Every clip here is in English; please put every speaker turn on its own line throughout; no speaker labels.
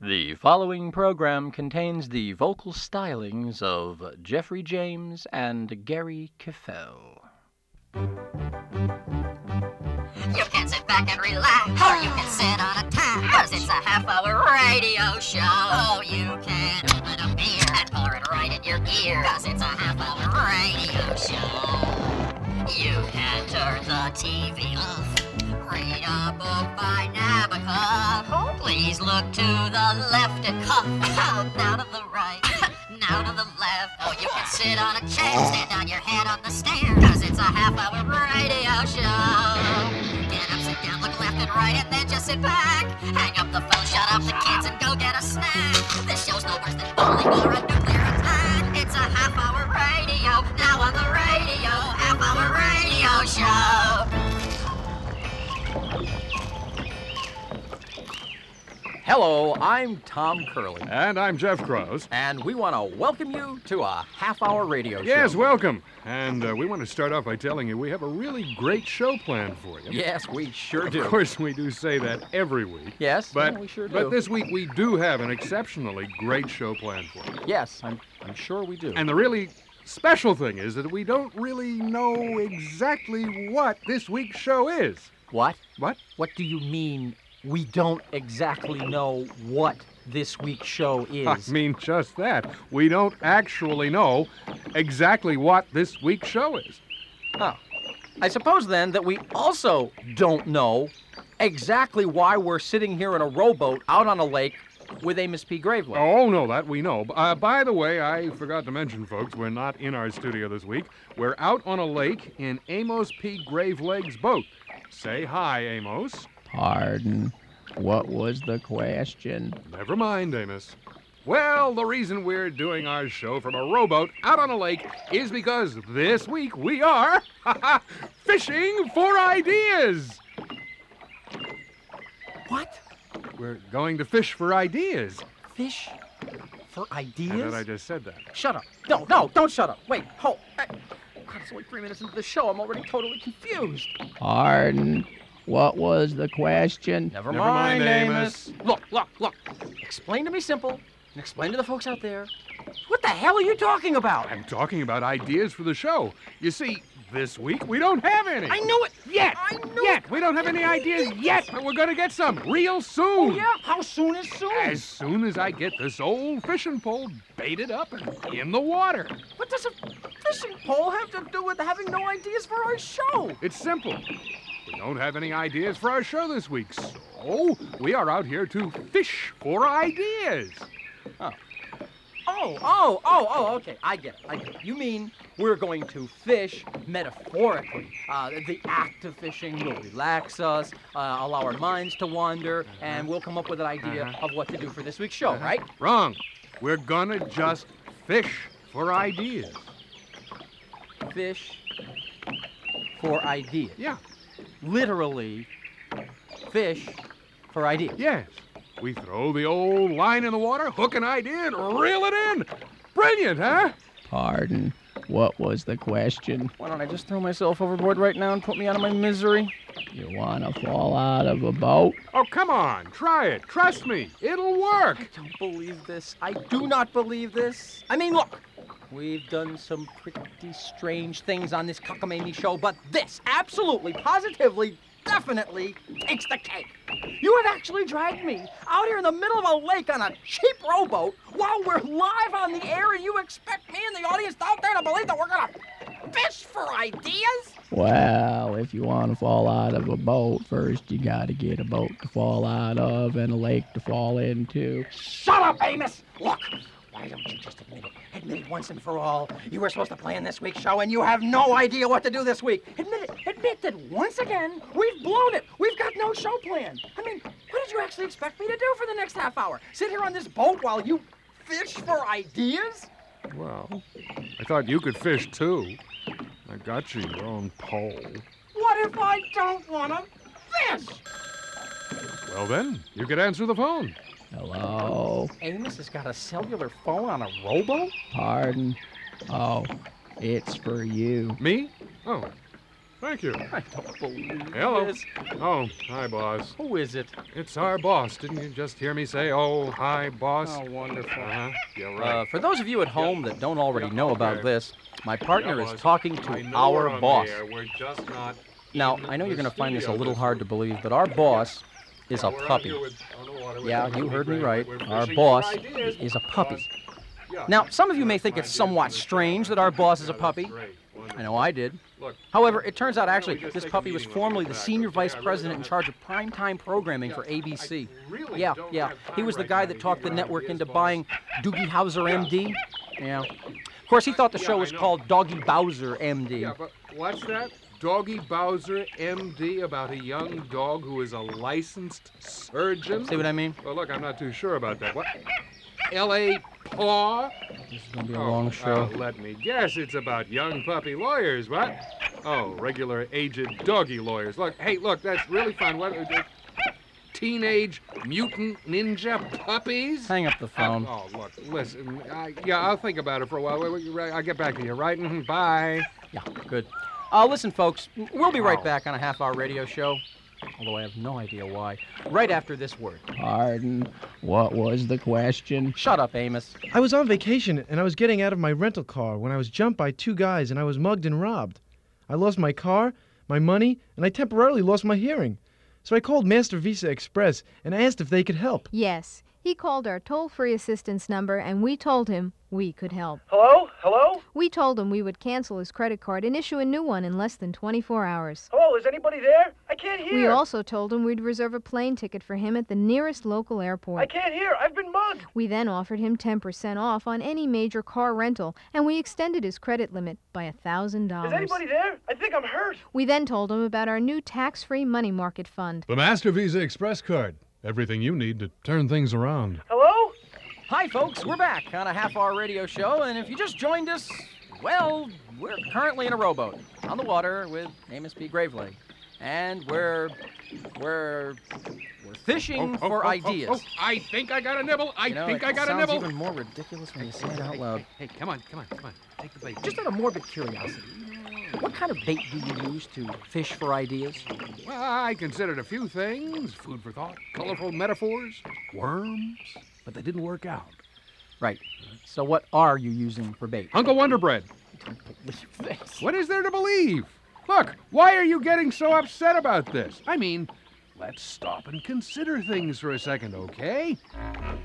The following program contains the vocal stylings of Jeffrey James and Gary Keffel.
You can sit back and relax, or you can sit on a tap. Cause it's a half hour radio show. Oh, you can open a beer and pour it right in your ear. Cause it's a half hour radio show. You can turn the TV off. Read a book by Nabokov. Please look to the left and cuff. now to the right, now to the left. Oh, you can sit on a chair, stand on your head on the stairs. Cause it's a half hour radio show. Get up, sit down, look left and right, and then just sit back. Hang up the phone, shut off the kids, and go get a snack. This show's no worse than bowling or a nuclear attack. It's a half hour radio, now on the radio, half hour radio show.
Hello, I'm Tom Curley,
And I'm Jeff Crows.
and we want to welcome you to a half hour radio show.
Yes, welcome. And uh, we want to start off by telling you we have a really great show planned for you.
Yes, we sure
Of
do.
course, we do say that every week.
Yes,
but
yeah, we sure do.
but this week we do have an exceptionally great show planned for you.
Yes, I'm, I'm sure we do.
And the really special thing is that we don't really know exactly what this week's show is.
what?
What?
What do you mean we don't exactly know what this week's show is?
I mean, just that. We don't actually know exactly what this week's show is.
Oh. I suppose then that we also don't know exactly why we're sitting here in a rowboat out on a lake with Amos P. Graveler.
Oh, no, that we know. Uh, by the way, I forgot to mention, folks, we're not in our studio this week. We're out on a lake in Amos P. Gravelegs' boat. Say hi, Amos.
Pardon. What was the question?
Never mind, Amos. Well, the reason we're doing our show from a rowboat out on a lake is because this week we are fishing for ideas.
What?
We're going to fish for ideas.
Fish for
And
ideas?
then I just said that.
Shut up. No, no, don't shut up. Wait, hold. I, God, it's only three minutes into the show. I'm already totally confused.
Pardon. What was the question?
Never,
Never mind, Amos.
Look, look, look. Explain to me simple and explain to the folks out there. What the hell are you talking about?
I'm talking about ideas for the show. You see, this week we don't have any.
I knew it.
Yet.
I knew
Yet. We don't have any ideas yet, but we're going to get some real soon.
it. Oh, Yeah, how soon is soon?
As soon as I get this old fishing pole baited up and in the water.
What does a fishing pole have to do with having no ideas for our show?
It's simple. We don't have any ideas for our show this week, so we are out here to fish for ideas.
Oh, oh, oh, oh, okay. I get it. I get it. You mean we're going to fish metaphorically. Uh, the act of fishing will relax us, uh, allow our minds to wander, and we'll come up with an idea
Uh-huh.
of what to do for this week's show, right?
Wrong. We're gonna just fish for ideas.
Fish for ideas.
Yeah.
Literally, fish for ideas.
Yes. We throw the old line in the water, hook an idea, and reel it in. Brilliant, huh?
Pardon. What was the question?
Why don't I just throw myself overboard right now and put me out of my misery?
You want to fall out of a boat?
Oh, come on. Try it. Trust me. It'll work.
don't believe this. I do not believe this. I mean, look, we've done some pretty strange things on this cockamamie show, but this absolutely, positively, definitely takes the cake. You have actually dragged me out here in the middle of a lake on a cheap rowboat while we're live on the air, and you expect me and the audience out there to believe that we're gonna fish for ideas?
Well, if you want to fall out of a boat, first you got to get a boat to fall out of and a lake to fall into.
Shut up, Amos! Look, why don't you just admit it? Admit it once and for all. You were supposed to plan this week's show, and you have no idea what to do this week. Admit it. Admit that once again, we've blown it. We've got no show plan. I mean, what did you actually expect me to do for the next half hour? Sit here on this boat while you fish for ideas?
Well, I thought you could fish too. I got you your own pole.
What if I don't want to fish?
Well, then, you could answer the phone.
Hello?
Amos has got a cellular phone on a rowboat?
Pardon. Oh, it's for you.
Me? Oh. Thank you.
I don't believe
Hello.
this.
Oh, hi, boss.
Who is it?
It's our boss. Didn't you just hear me say, oh, hi, boss?
Oh, wonderful.
Uh-huh. Yeah, right.
Uh, for those of you at home that don't already
Yeah,
know about
okay.
this, my partner
Yeah,
is
boss.
talking
I
to
know we're
our
on
boss.
the air. We're just not.
Now,
in
I know you're
the
going to find this a
studio
little
this
hard to believe, but our boss is
Yeah,
a
we're out
puppy.
here with- on the water with
Yeah,
the
you
puppy
heard me
brain.
right.
We're
Our
fishing for
boss
ideas,
is a
boss.
puppy.
Yeah.
Now, some of you may
That's
think
my
it's
idea
somewhat
for the show.
strange that our boss is
Yeah,
a
that's
puppy.
great.
I
Wonderful.
know I did.
Look,
However, it turns out
Why don't
actually
we just
this
take a
puppy was
meeting when we
formerly
get
the
back,
senior
okay?
vice
I really
president
don't
in
have-
charge of primetime programming for
yeah,
ABC.
I really
Yeah,
don't
yeah.
have
He
time
was the
right
guy
now
that
to
talked the
give you
network
ideas,
into
boss.
buying Doogie Howser MD. Yeah. Of course, he thought the
Yeah,
show
I
was
know.
called Doggy Bowser MD.
Yeah, but what's that? Doggy Bowser, MD, about a young dog who is a licensed surgeon?
See what I mean?
Well, look, I'm not too sure about that. What? L.A. Paw?
This is gonna be a
Oh,
long
uh,
show.
let me guess. It's about young puppy lawyers, what? Oh, regular aged doggy lawyers. Look, hey, look, that's really fun. What? Uh, teenage mutant ninja puppies?
Hang up the phone.
Oh, look, listen. I, yeah, I'll think about it for a while. Wait, wait, right, I'll get back to you, right? Mhm, Bye.
Yeah, good. Uh, listen, folks, w- we'll be right
Wow.
back on a half-hour radio show. Although I have no idea why. Right after this word.
Pardon. What was the question?
Shut up, Amos.
I was on vacation and I was getting out of my rental car when I was jumped by two guys and I was mugged and robbed. I lost my car, my money, and I temporarily lost my hearing. So I called Master Visa Express and asked if they could help.
Yes, he called our toll free assistance number and we told him we could help.
Hello? Hello?
We told him we would cancel his credit card and issue a new one in less than 24 hours.
Hello, is anybody there? I can't hear.
We also told him we'd reserve a plane ticket for him at the nearest local
I
airport.
can't hear. I've been mugged.
We then offered him 10% off on any major car rental and we extended his credit limit by
Is
$1,000.
anybody there? I think I'm hurt.
We then told him about our new tax free money market fund.
The Master Visa Express card. Everything you need to turn things around.
Hello?
Oh, Hi, folks. We're back on a half-hour radio show, and if you just joined us, well, we're currently in a rowboat on the water with Amos P. Graveleg, and we're we're we're fishing
Oh,
for
oh, oh,
ideas.
oh, I think I got a nibble. I
You know,
think
it
I got a
sounds
nibble.
even more ridiculous when you say it out loud.
Hey, come on, come on, come on. Take the bait.
Just out of morbid curiosity, what kind of bait do you use to fish for ideas?
Well, I considered a few things food for thought, colorful metaphors, worms, but they didn't work out.
Right. So what are you using for bait?
Uncle Wonderbread, what is there to believe? Look, why are you getting so upset about this? I mean, let's stop and consider things for a second, okay?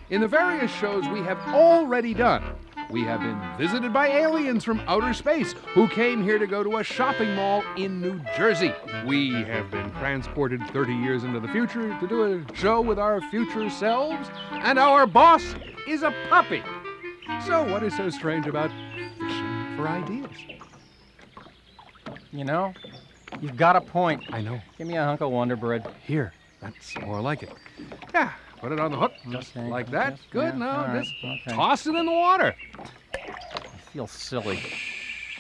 In the various shows we have already done, we have been visited by aliens from outer space who came here to go to a shopping mall in New Jersey. We have been transported 30 years into the future to do a show with our future selves, and our boss is a puppy. So, what is so strange about fishing for ideas?
You know, you've got a point.
I know.
Give me a hunk of Wonder Bread.
Here, that's more like it. Yeah, put it on the hook, just
Okay,
like that.
yes,
Good.
yeah, all
now
right,
just
okay.
toss it in the water.
I feel silly.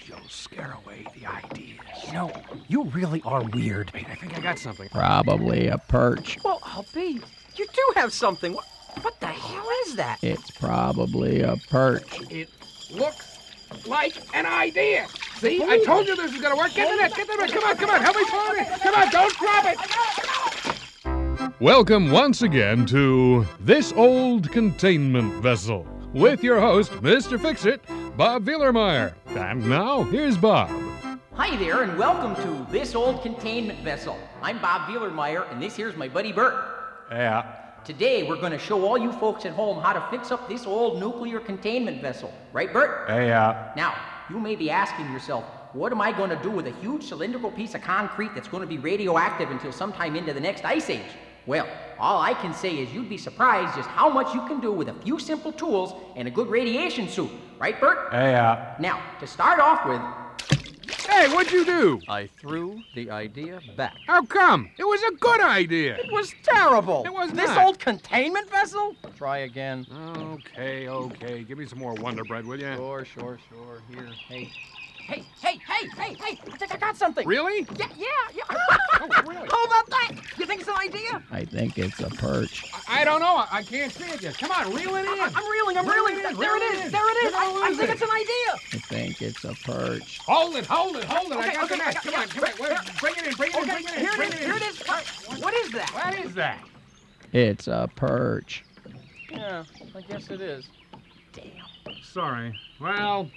You'll scare away the ideas.
You know, you really are weird.
Wait, I think I got something.
Probably a perch.
Well, I'll be. You do have something. What, what the hell is that?
It's probably a perch.
It looks like an idea. See, I told you this was gonna work. Get the net, get the net. Come on, come on, help me float it. Come on, don't drop it.
Welcome once again to This Old Containment Vessel with your host, Mr. Fix It, Bob Vielermeyer. And now, here's Bob.
Hi there, and welcome to This Old Containment Vessel. I'm Bob Vielermeyer, and this here's my buddy Bert.
uh,
Yeah.
Today, we're going to show all you folks at home how to fix up this old nuclear containment vessel. Right, Bert?
uh,
Yeah.
Now, you may be asking yourself, what am I going to do with a huge cylindrical piece of concrete that's going to be radioactive until sometime into the next ice age? Well, all I can say is you'd be surprised just how much you can do with a few simple tools and a good radiation suit. Right, Bert?
uh.
Yeah.
Now, to start off with,
Hey, what'd you do?
I threw the idea back.
How come? It was a good idea.
It was terrible.
It was
this
not.
old containment vessel. Try again.
Okay, okay. Give me some more Wonder Bread, will you?
Sure, sure, sure. Here, hey. Hey, hey, hey, hey, hey! I think I got something.
Really? Oh,
Yeah, yeah, yeah. How about that? You think it's an idea?
I think it's a perch.
I don't know. I, I can't see it yet. Come on, reel it in.
I'm reeling. I'm
Reel
reeling.
it in,
There
reel
it
it
is.
in.
There it
You're
is. I,
gonna
I
lose
think
it.
it's an idea.
I think it's a perch.
Hold it, hold it, hold it. I
Okay,
got the
okay,
net.
I got-
Come on, come on. Wait, Bring it in, bring it in, bring it
Okay,
in.
here
bring
it is. Here it is. What, what is that?
What is that?
It's a perch.
Yeah, I guess it is.
Sorry.
Well,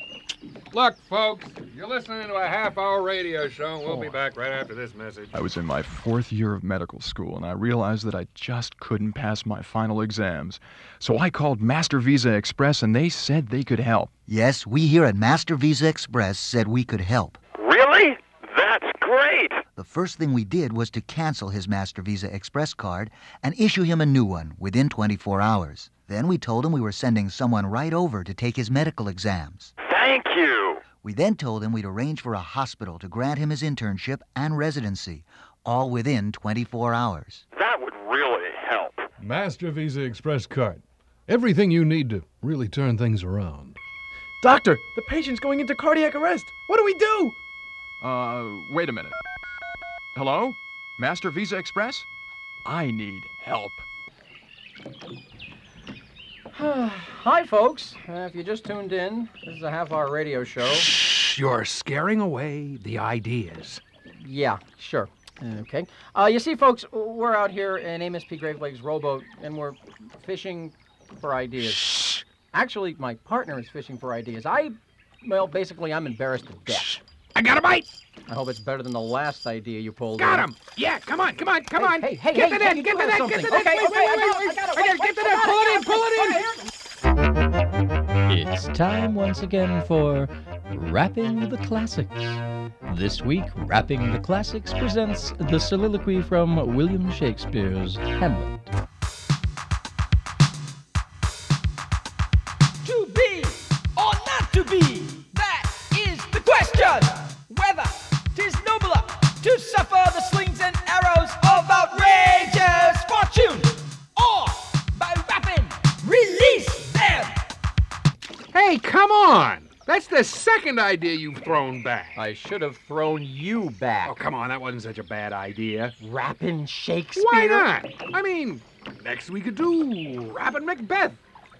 look, folks, you're listening to a half hour radio show. We'll be back right after this message.
I was in my fourth year of medical school and I realized that I just couldn't pass my final exams. So I called Master Visa Express and they said they could help.
Yes, we here at Master Visa Express said we could help.
Really? That's great!
The first thing we did was to cancel his Master Visa Express card and issue him a new one within 24 hours. Then we told him we were sending someone right over to take his medical exams.
Thank you!
We then told him we'd arrange for a hospital to grant him his internship and residency, all within 24 hours.
That would really help.
Master Visa Express card. Everything you need to really turn things around.
Doctor, the patient's going into cardiac arrest. What do we do?
Uh, wait a minute. Hello? Master Visa Express? I need help.
Hi, folks. Uh, if you just tuned in, this is a half hour radio show.
You're scaring away the ideas.
Yeah, sure. Okay. Uh, you see, folks, we're out here in Amos P. Gravelake's rowboat, and we're fishing for ideas. Actually, my partner is fishing for ideas. I, well, basically, I'm embarrassed to death.
I got a bite.
I hope it's better than the last idea you pulled.
Got
in.
him. Yeah, come on, come on, come on.
Hey, hey,
get
hey,
the
hey,
net,
you
get the
doing
net,
something.
get the net.
Okay,
wait,
okay, I
wait,
got
wait,
it, I got it,
wait. I gotta
wait,
get the
wait,
net.
I
Pull
got
it in,
it,
pull it in.
It's time once again for Rapping the Classics. This week, Rapping the Classics presents the soliloquy from William Shakespeare's Hamlet.
To be or not to be, that is the question. Whether 'tis nobler to suffer the slings and arrows of outrageous fortune, or by rapid release them.
Hey, come on. That's the second idea you've thrown back.
I should have thrown you back.
Oh, come on. That wasn't such a bad idea.
Rapping Shakespeare?
Why not? I mean, next we could do Rapping Macbeth.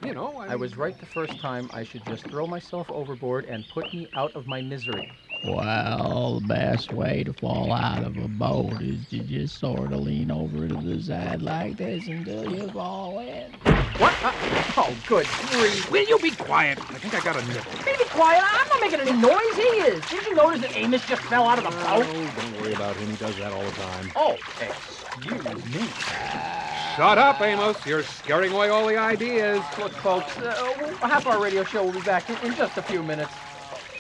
You know, I,
I was right the first time. I should just throw myself overboard and put me out of my misery.
Well, the best way to fall out of a boat is to just sort of lean over to the side like this until you fall in.
What? Uh, oh, good grief.
Will you be quiet? I think I got a nibble.
Be quiet. I'm not making any noise. He is. Did you notice that Amos just fell out of the boat?
don't worry about him. He does that all the time.
Oh, excuse me.
Shut up, Amos. You're scaring away all the ideas.
Look, folks, uh, we'll- half our radio show will be back in, in just a few minutes.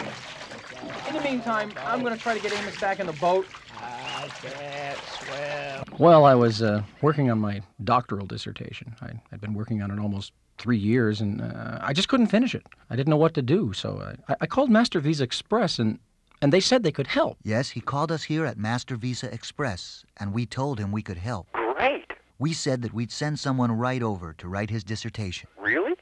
uh, In the meantime, I'm going to try to get Amos back in the boat. I can't swim.
Well, I was uh, working on my doctoral dissertation. I, I'd been working on it almost three years, and uh, I just couldn't finish it. I didn't know what to do, so I, I called Master Visa Express, and, and they said they could help.
Yes, he called us here at Master Visa Express, and we told him we could help.
Great!
We said that we'd send someone right over to write his dissertation.
Really?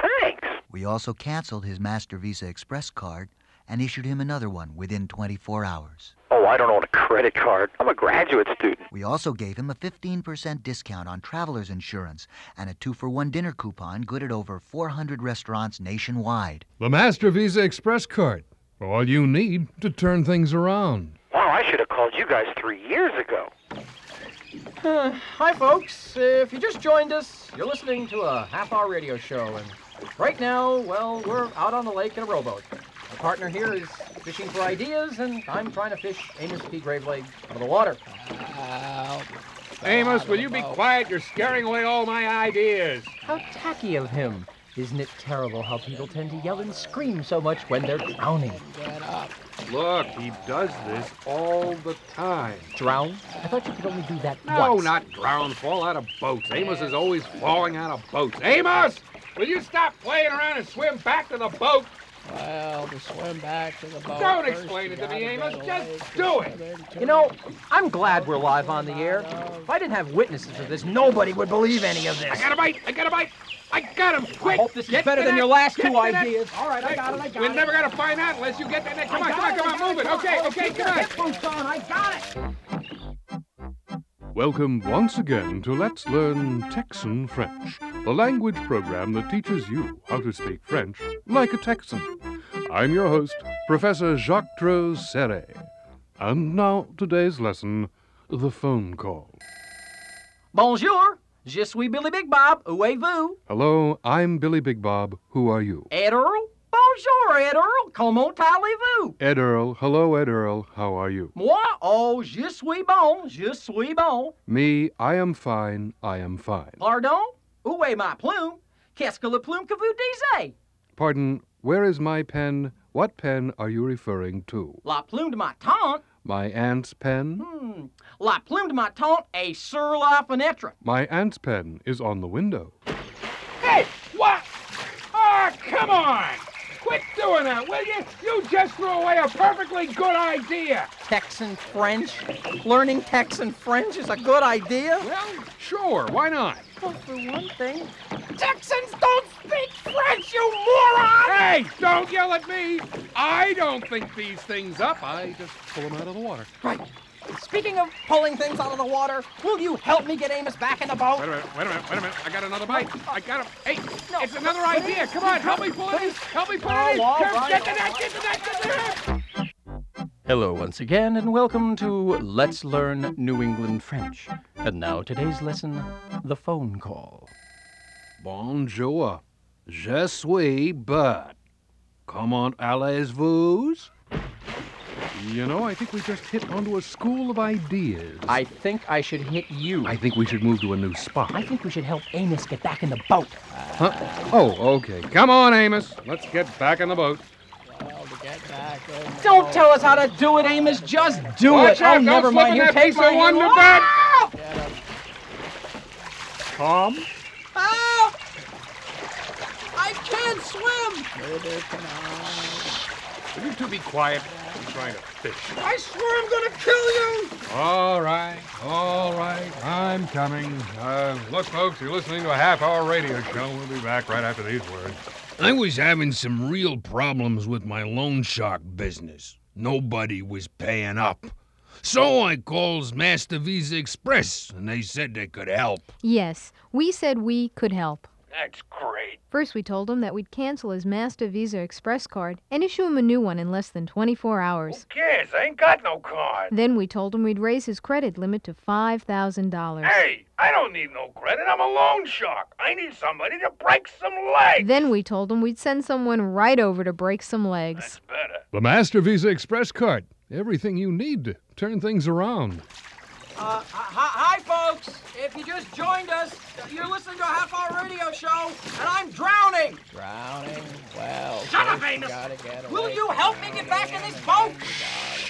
Thanks!
We also canceled his Master Visa Express card and issued him another one within 24 hours.
Oh, I don't own a credit card. I'm a graduate student.
We also gave him a 15% discount on traveler's insurance and a two for one dinner coupon good at over 400 restaurants nationwide.
The Master Visa Express card. All you need to turn things around.
Wow, I should have called you guys three years ago.
Uh, hi, folks. If you just joined us, you're listening to a half hour radio show, and right now, well, we're out on the lake in a rowboat. My partner here is fishing for ideas, and I'm trying to fish Amos P. Gravelake out of the water.
Amos, will you be quiet? You're scaring away all my ideas.
How tacky of him. Isn't it terrible how people tend to yell and scream so much when they're drowning?
Look, he does this all the time.
Drown? I thought you could only do that
No,
once.
not drown. Fall out of boats. Amos is always falling out of boats. Amos, will you stop playing around and swim back to the boat?
Well, to swim back to the boat.
Don't
first,
explain
you
it to me,
gotta
Amos.
get
Just
away
Do
from the
it! You know, I'm glad we're live on the air. If I didn't have witnesses to this, nobody would believe any of this.
I got a bite. I got a bite. I got him. Quick.
hope this is better than your last two ideas.
All right, I got it. I got
We're
it.
never going to find out unless you get that next. Come
I
on, come on,
got it,
come
I
on,
got
move it.
it, I got
Okay,
it. Oh,
okay,
keep your
come on.
headphones on. I got it.
Welcome once again to Let's Learn Texan French, the language program that teaches you how to speak French like a Texan. I'm your host, Professor Jacques Serre. And now today's lesson the phone call.
Bonjour. Je suis Billy Big Bob. Où vous
Hello, I'm Billy Big Bob. Who are you?
Ed Earl? Bonjour, Ed Earl. Comment allez-vous?
Ed Earl. Hello, Ed Earl. How are you?
Moi, oh, je suis bon. Je suis bon.
Me, I am fine. I am fine.
Pardon? Où est ma plume? Qu'est-ce que la plume que vous disiez?
Pardon, where is my pen? What pen are you referring to?
La plume de ma tante?
My aunt's pen?
Hmm. La plume de ma tante est sur la fenêtre.
My aunt's pen is on the window.
Hey, what? Ah, come on. Quit doing that, will you? You just threw away a perfectly good idea.
Texan French? Learning Texan French is a good idea?
Well, sure. Why not?
Well, for one thing,
Texans don't speak French, you moron!
Hey, don't yell at me. I don't think these things up. I just pull them out of the water.
Right. Speaking of pulling things out of the water, will you help me get Amos back in the boat?
Wait a minute, wait a minute, wait a minute. I got another bite. I got him. Hey,
No,
it's another
please,
idea. Come on, help me pull it in. Help me pull it in.
Oh, all
Come,
right,
get the
all
net, get the net, get the net.
Hello once again, and welcome to Let's Learn New England French. And now today's lesson the phone call.
Bonjour. Je suis Bert. Comment allez-vous?
You know, I think we just hit onto a school of ideas.
I think I should hit you.
I think we should move to a new spot.
I think we should help Amos get back in the boat.
Huh? Oh, okay. Come on, Amos. Let's get back in the boat.
Don't tell us how to do it, Amos. Just do
Watch
it.
out,
oh,
don't
never
slip
mind.
in
Here,
that piece
take
of
my hand.
wonder
Ah!
Tom?
Help! I can't swim.
Will you two be quiet? I'm trying to fish.
I swear I'm gonna kill you!
All right, all right. I'm coming. Uh, look, folks, you're listening to a half hour radio show. We'll be back right after these words.
I was having some real problems with my loan shark business. Nobody was paying up. So I calls Master Visa Express, and they said they could help.
Yes, we said we could help.
That's great.
First, we told him that we'd cancel his Master Visa Express card and issue him a new one in less than 24 hours.
Yes, I ain't got no card.
Then we told him we'd raise his credit limit to $5,000.
Hey, I don't need no credit. I'm a loan shark. I need somebody to break some legs.
Then we told him we'd send someone right over to break some legs.
The Master Visa Express card. Everything you need to turn things around.
Uh, hi, hi, folks. If you just joined us, you're listening to a half hour radio show, and I'm drowning.
Drowning? Well,
Shut up,
first you
Amos.
gotta get
Will
away
you
from
help me get back in this boat?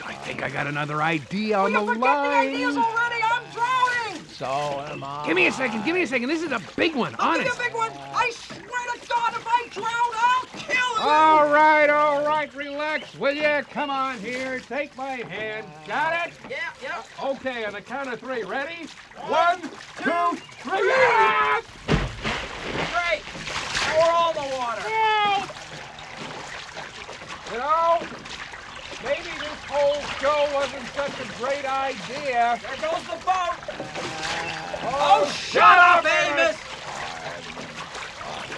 I think I got another idea on the
Forget the
line.
ideas already. I'm drowning.
So am I.
Give me a second, give me a second. This is a big one,
I'll be a
honest.
big one. I swear to God, if I drown, I'll kill you.
All right, all right, relax, will you? Come on here, take my hand. Got it?
Yeah, yeah.
Okay, on the count of three, ready? One, two, three. Ah!
Great. Now we're all in the water.
You know, maybe this whole show wasn't such a great idea.
There goes the boat.
Oh,
Shut up, Amos.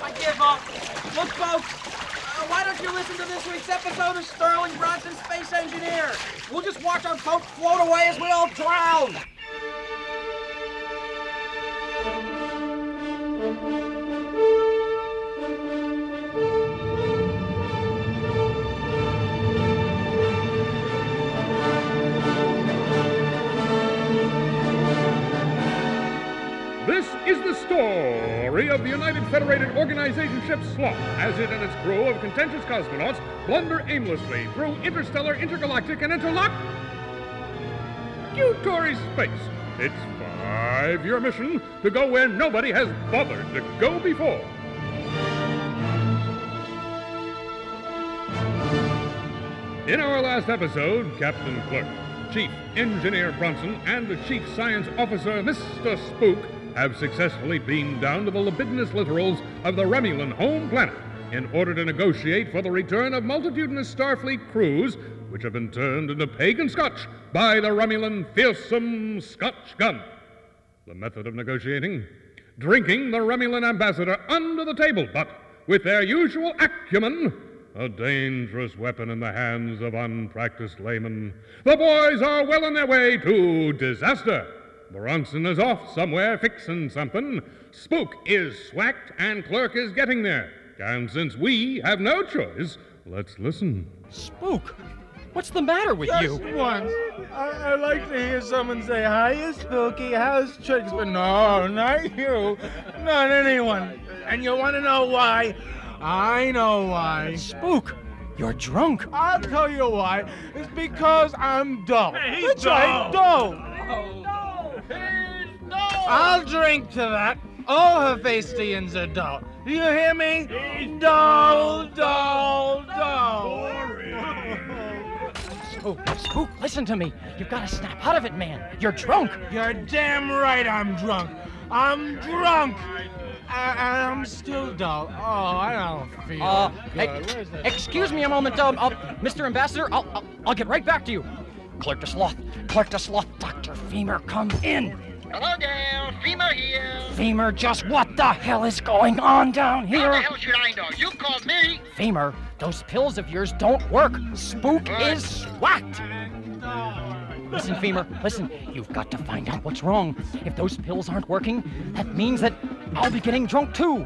I give up. Look, folks. Uh, why don't you listen to this week's episode of Sterling Bronson Space Engineer? We'll just watch our boat float away as we all drown.
This is the story of the United Federated Organization ship Sloth, as it and its crew of contentious cosmonauts blunder aimlessly through interstellar, intergalactic, and interlock Utory space. Its five-year mission to go where nobody has bothered to go before. In our last episode, Captain Clerk, Chief Engineer Bronson, and Chief Science Officer Mr. Spook have successfully beamed down to the libidinous littorals of the Remulan home planet in order to negotiate for the return of multitudinous Starfleet crews, which have been turned into pagan scotch by the Remulan fearsome scotch gun. The method of negotiating? Drinking the Remulan ambassador under the table, but with their usual acumen, a dangerous weapon in the hands of unpracticed laymen. The boys are well on their way to disaster. Bronson is off somewhere fixing something. Spook is swacked, and Clerk is getting there. And since we have no choice, let's listen.
Spook! What's the matter with
Just
you?
once. I, I like to hear someone say, Hiya, Spooky, how's tricks? But no, not you. Not anyone. And you want to know why? I know why. Spook, you're drunk. I'll tell you why. It's because I'm dull.
Hey, he's
That's right,
dull.
dull. I'll drink to that. All her Feistians are dull. Do you hear me? Dull, dull, dull.
Spook, Oh, Spook, listen to me. You've got to snap out of it, man. You're drunk.
You're damn right I'm drunk. I'm drunk. I, I'm still dull. Oh, I don't feel
Uh,
good.
hey,
Where's that-
excuse me a moment, um, uh, Mr. Ambassador. I'll, I'll, I'll get right back to you. Clerk to Sloth, Clerk to Sloth, Dr. Femur, come in.
Hello, Dale. Femur here.
Femur, just what the hell is going on down
How the
here?
hell should I know? You called me.
Femur, those pills of yours don't work. Spook is swacked. Listen, Femur, listen. You've got to find out what's wrong. If those pills aren't working, that means that I'll be getting drunk too.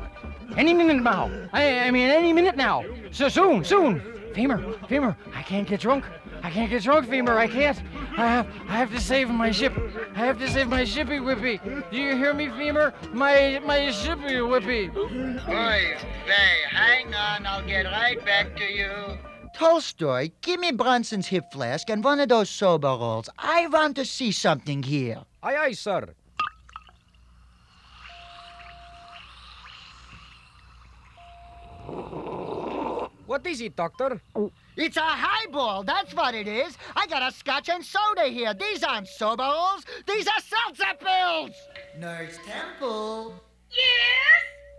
Any minute now. I, I mean, any minute now. So soon, soon. Femur, Femur, I can't get drunk. I can't get drunk, Femur. I can't. I have, I have to save my ship. I have to save my shippy whippy. Do you hear me, Femur? My, my shippy whippy.
Oy vey, hang on. I'll get right back to you.
Tolstoy, give me Bronson's hip flask and one of those sober rolls. I want to see something here.
Aye, aye, sir. What is it, Doctor?
It's a highball. That's what it is. I got a scotch and soda here. These aren't sober rolls. These are seltzer pills.
Nurse Temple.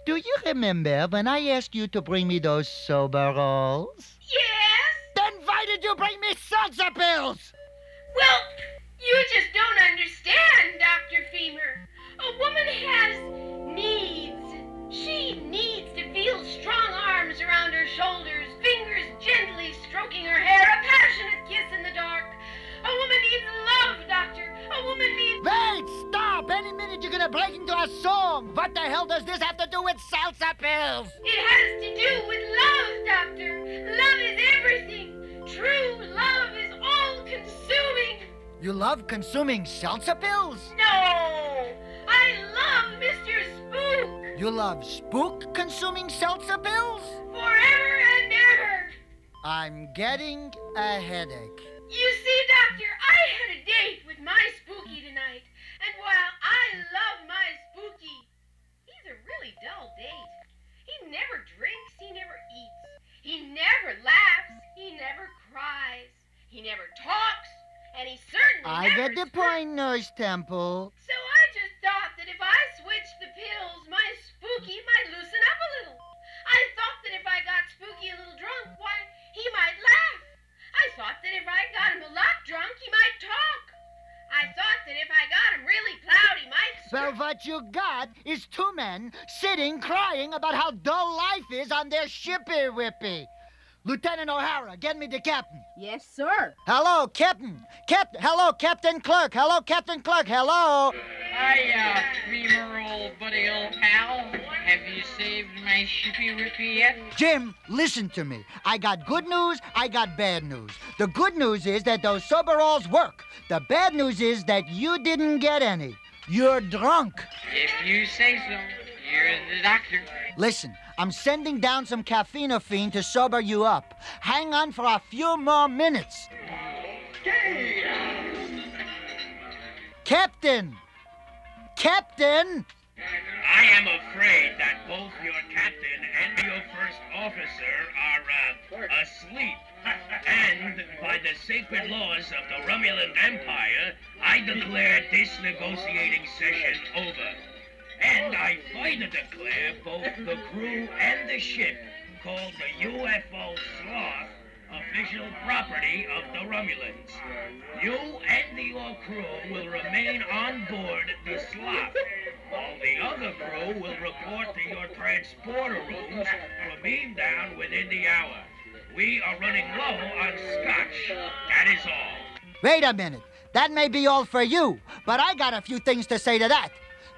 Do you remember when I asked you to bring me those sober rolls?
Yes?
Then why did you bring me seltzer pills?
Well, you just don't understand, Dr. Femur. A woman has needs. She needs to feel strong arms around her shoulders, fingers gently stroking her hair, a passionate kiss in the dark. A woman needs love, Doctor. A woman needs.
Wait, stop! Any minute you're gonna break into a song. What the hell does this have to do with salsa pills?
It has to do with love, Doctor. Love is everything. True love is all consuming.
You love consuming salsa pills?
No! I love Mr. Spook.
You love spook consuming seltzer pills?
Forever and ever.
I'm getting a headache.
You see, Doctor, I had a date with my spooky tonight. And while I love my spooky, he's a really dull date. He never drinks, he never eats, he never laughs, he never cries, he never talks, and he certainly
I
never
get the point, Nurse Temple.
So I just thought that if I switched the pills, my spooky might loosen up a little. I thought that if I got spooky a little drunk, why, he might laugh. I thought that if I got him a lot drunk, he might talk. I thought that if I got him really plowed, he might.
Well, what you got is two men sitting crying about how dull life is on their shippy whippy. Lieutenant O'Hara, get me the captain.
Yes, sir.
Hello, captain. Captain. Hello, Captain Clerk. Hello, Captain Clerk. Hello.
Hiya, Beamer, uh, old buddy, old pal. Have you saved my shippy rippy yet?
Jim,
Listen to me. I got good news. I got bad news. The good news is that those soberols work. The bad news is that you didn't get any. You're drunk.
If you say so, you're the doctor.
Listen, I'm sending down some caffeinophene to sober you up. Hang on for a few more minutes. Captain! Captain!
I am afraid that both your captain and your
first officer are uh, asleep. And by the sacred laws of the Romulan Empire, I declare this negotiating session over. And I further declare both the crew and the ship, called the UFO Sloth, official property of the Romulans. You and your crew will remain on board the Sloth. All the other crew will report to your transporter rooms for beam down within the hour. We are running low on scotch. That is all.
Wait a minute. That may be all for you, but I got a few things to say to that.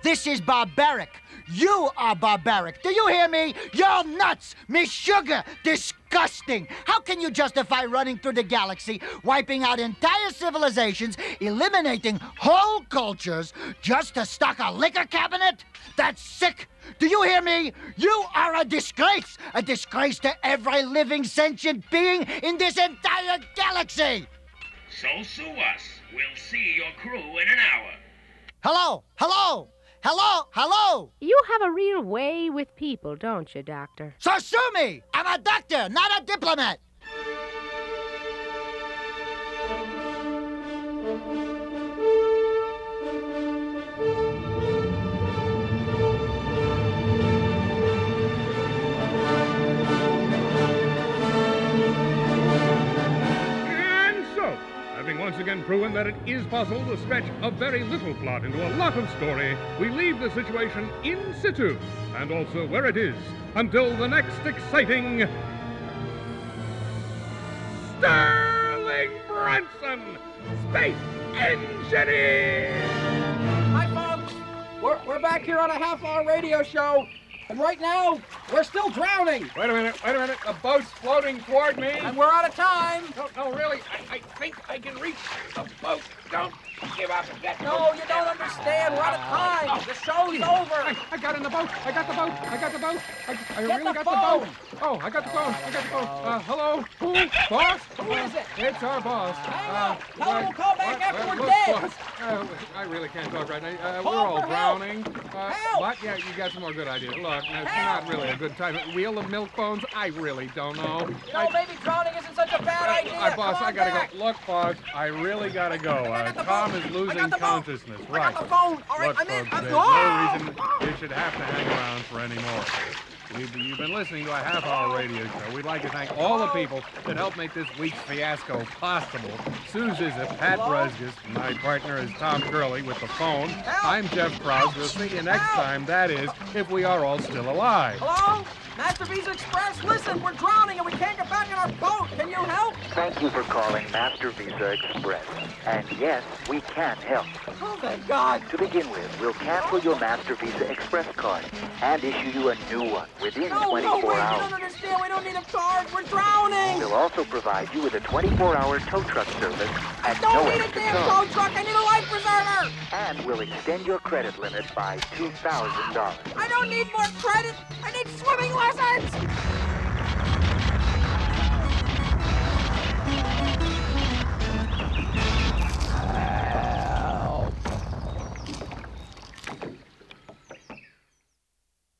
This is barbaric. You are barbaric. Do you hear me? You're nuts. Miss Sugar, disgusting. How can you justify running through the galaxy, wiping out entire civilizations, eliminating whole cultures just to stock a liquor cabinet? That's sick. Do you hear me? You are a disgrace. A disgrace to every living sentient being in this entire galaxy.
So sue us. We'll see your crew in an hour.
Hello, hello, hello, hello.
You have a real way with people, don't you, Doctor?
So sue me. I'm a doctor, not a diplomat.
And so, having once again proven that it is possible to stretch a very little plot into a lot of story, we leave the situation in situ, and also where it is, until the next exciting. Sterling Brunson, Space Engineer!
Hi, folks. We're, we're back here on a half hour radio show. And right now, we're still drowning.
Wait a minute, wait a minute. The boat's floating toward me.
And we're out of time.
No, no, really. I, I think I can reach the boat. Don't give up. Get
No, you don't understand. We're out of time. The show's over.
I, I got in the boat. I got the boat. I got the boat. I, I
Get
really
the
got
phone.
the boat. Oh, I got the phone. I got the phone. Uh, hello? Who? boss? Who is it? It's our boss. Uh,
Tell him
uh,
we'll call back
what-
after
uh,
we're
look,
dead.
boss, uh, I really can't talk right now. Uh,
Call
we're all
for help.
drowning. Uh, What? Yeah, you got some more good ideas. Look, no, it's not really a good time. Wheel of milk bones? I really don't know.
No, maybe drowning isn't such a bad idea.
Uh, boss,
Come on
I gotta
back.
go. Look, boss, I really gotta go. Uh, Tom is losing consciousness. Right.
the phone. All right,
Look,
I'm in.
folks,
I'm-
there's
Oh!
no reason you should have to hang around for any more. You've, you've been listening to a half-hour radio show. We'd like to thank all the people that helped make this week's fiasco possible. Suze is a Pat Brusges. My partner is Tom Curley with the phone. I'm Jeff Krause. We'll see you next time. That is, if we are all still alive.
Hello? Master Visa Express, listen, we're drowning and we can't get back in our boat. Can you help?
Thank you for calling Master Visa Express. And yes, we can help.
Oh, thank God.
To begin with, we'll cancel your Master Visa Express card and issue you a new one within
No, no,
24
wait, you
hours.
don't understand. We don't need a card. We're drowning.
We'll also provide you with a 24-hour tow truck service at
Don't
no
need a
extra
damn
charge,
tow truck. I need a life preserver.
and we'll extend your credit limit by $2,000.
I don't need more credit.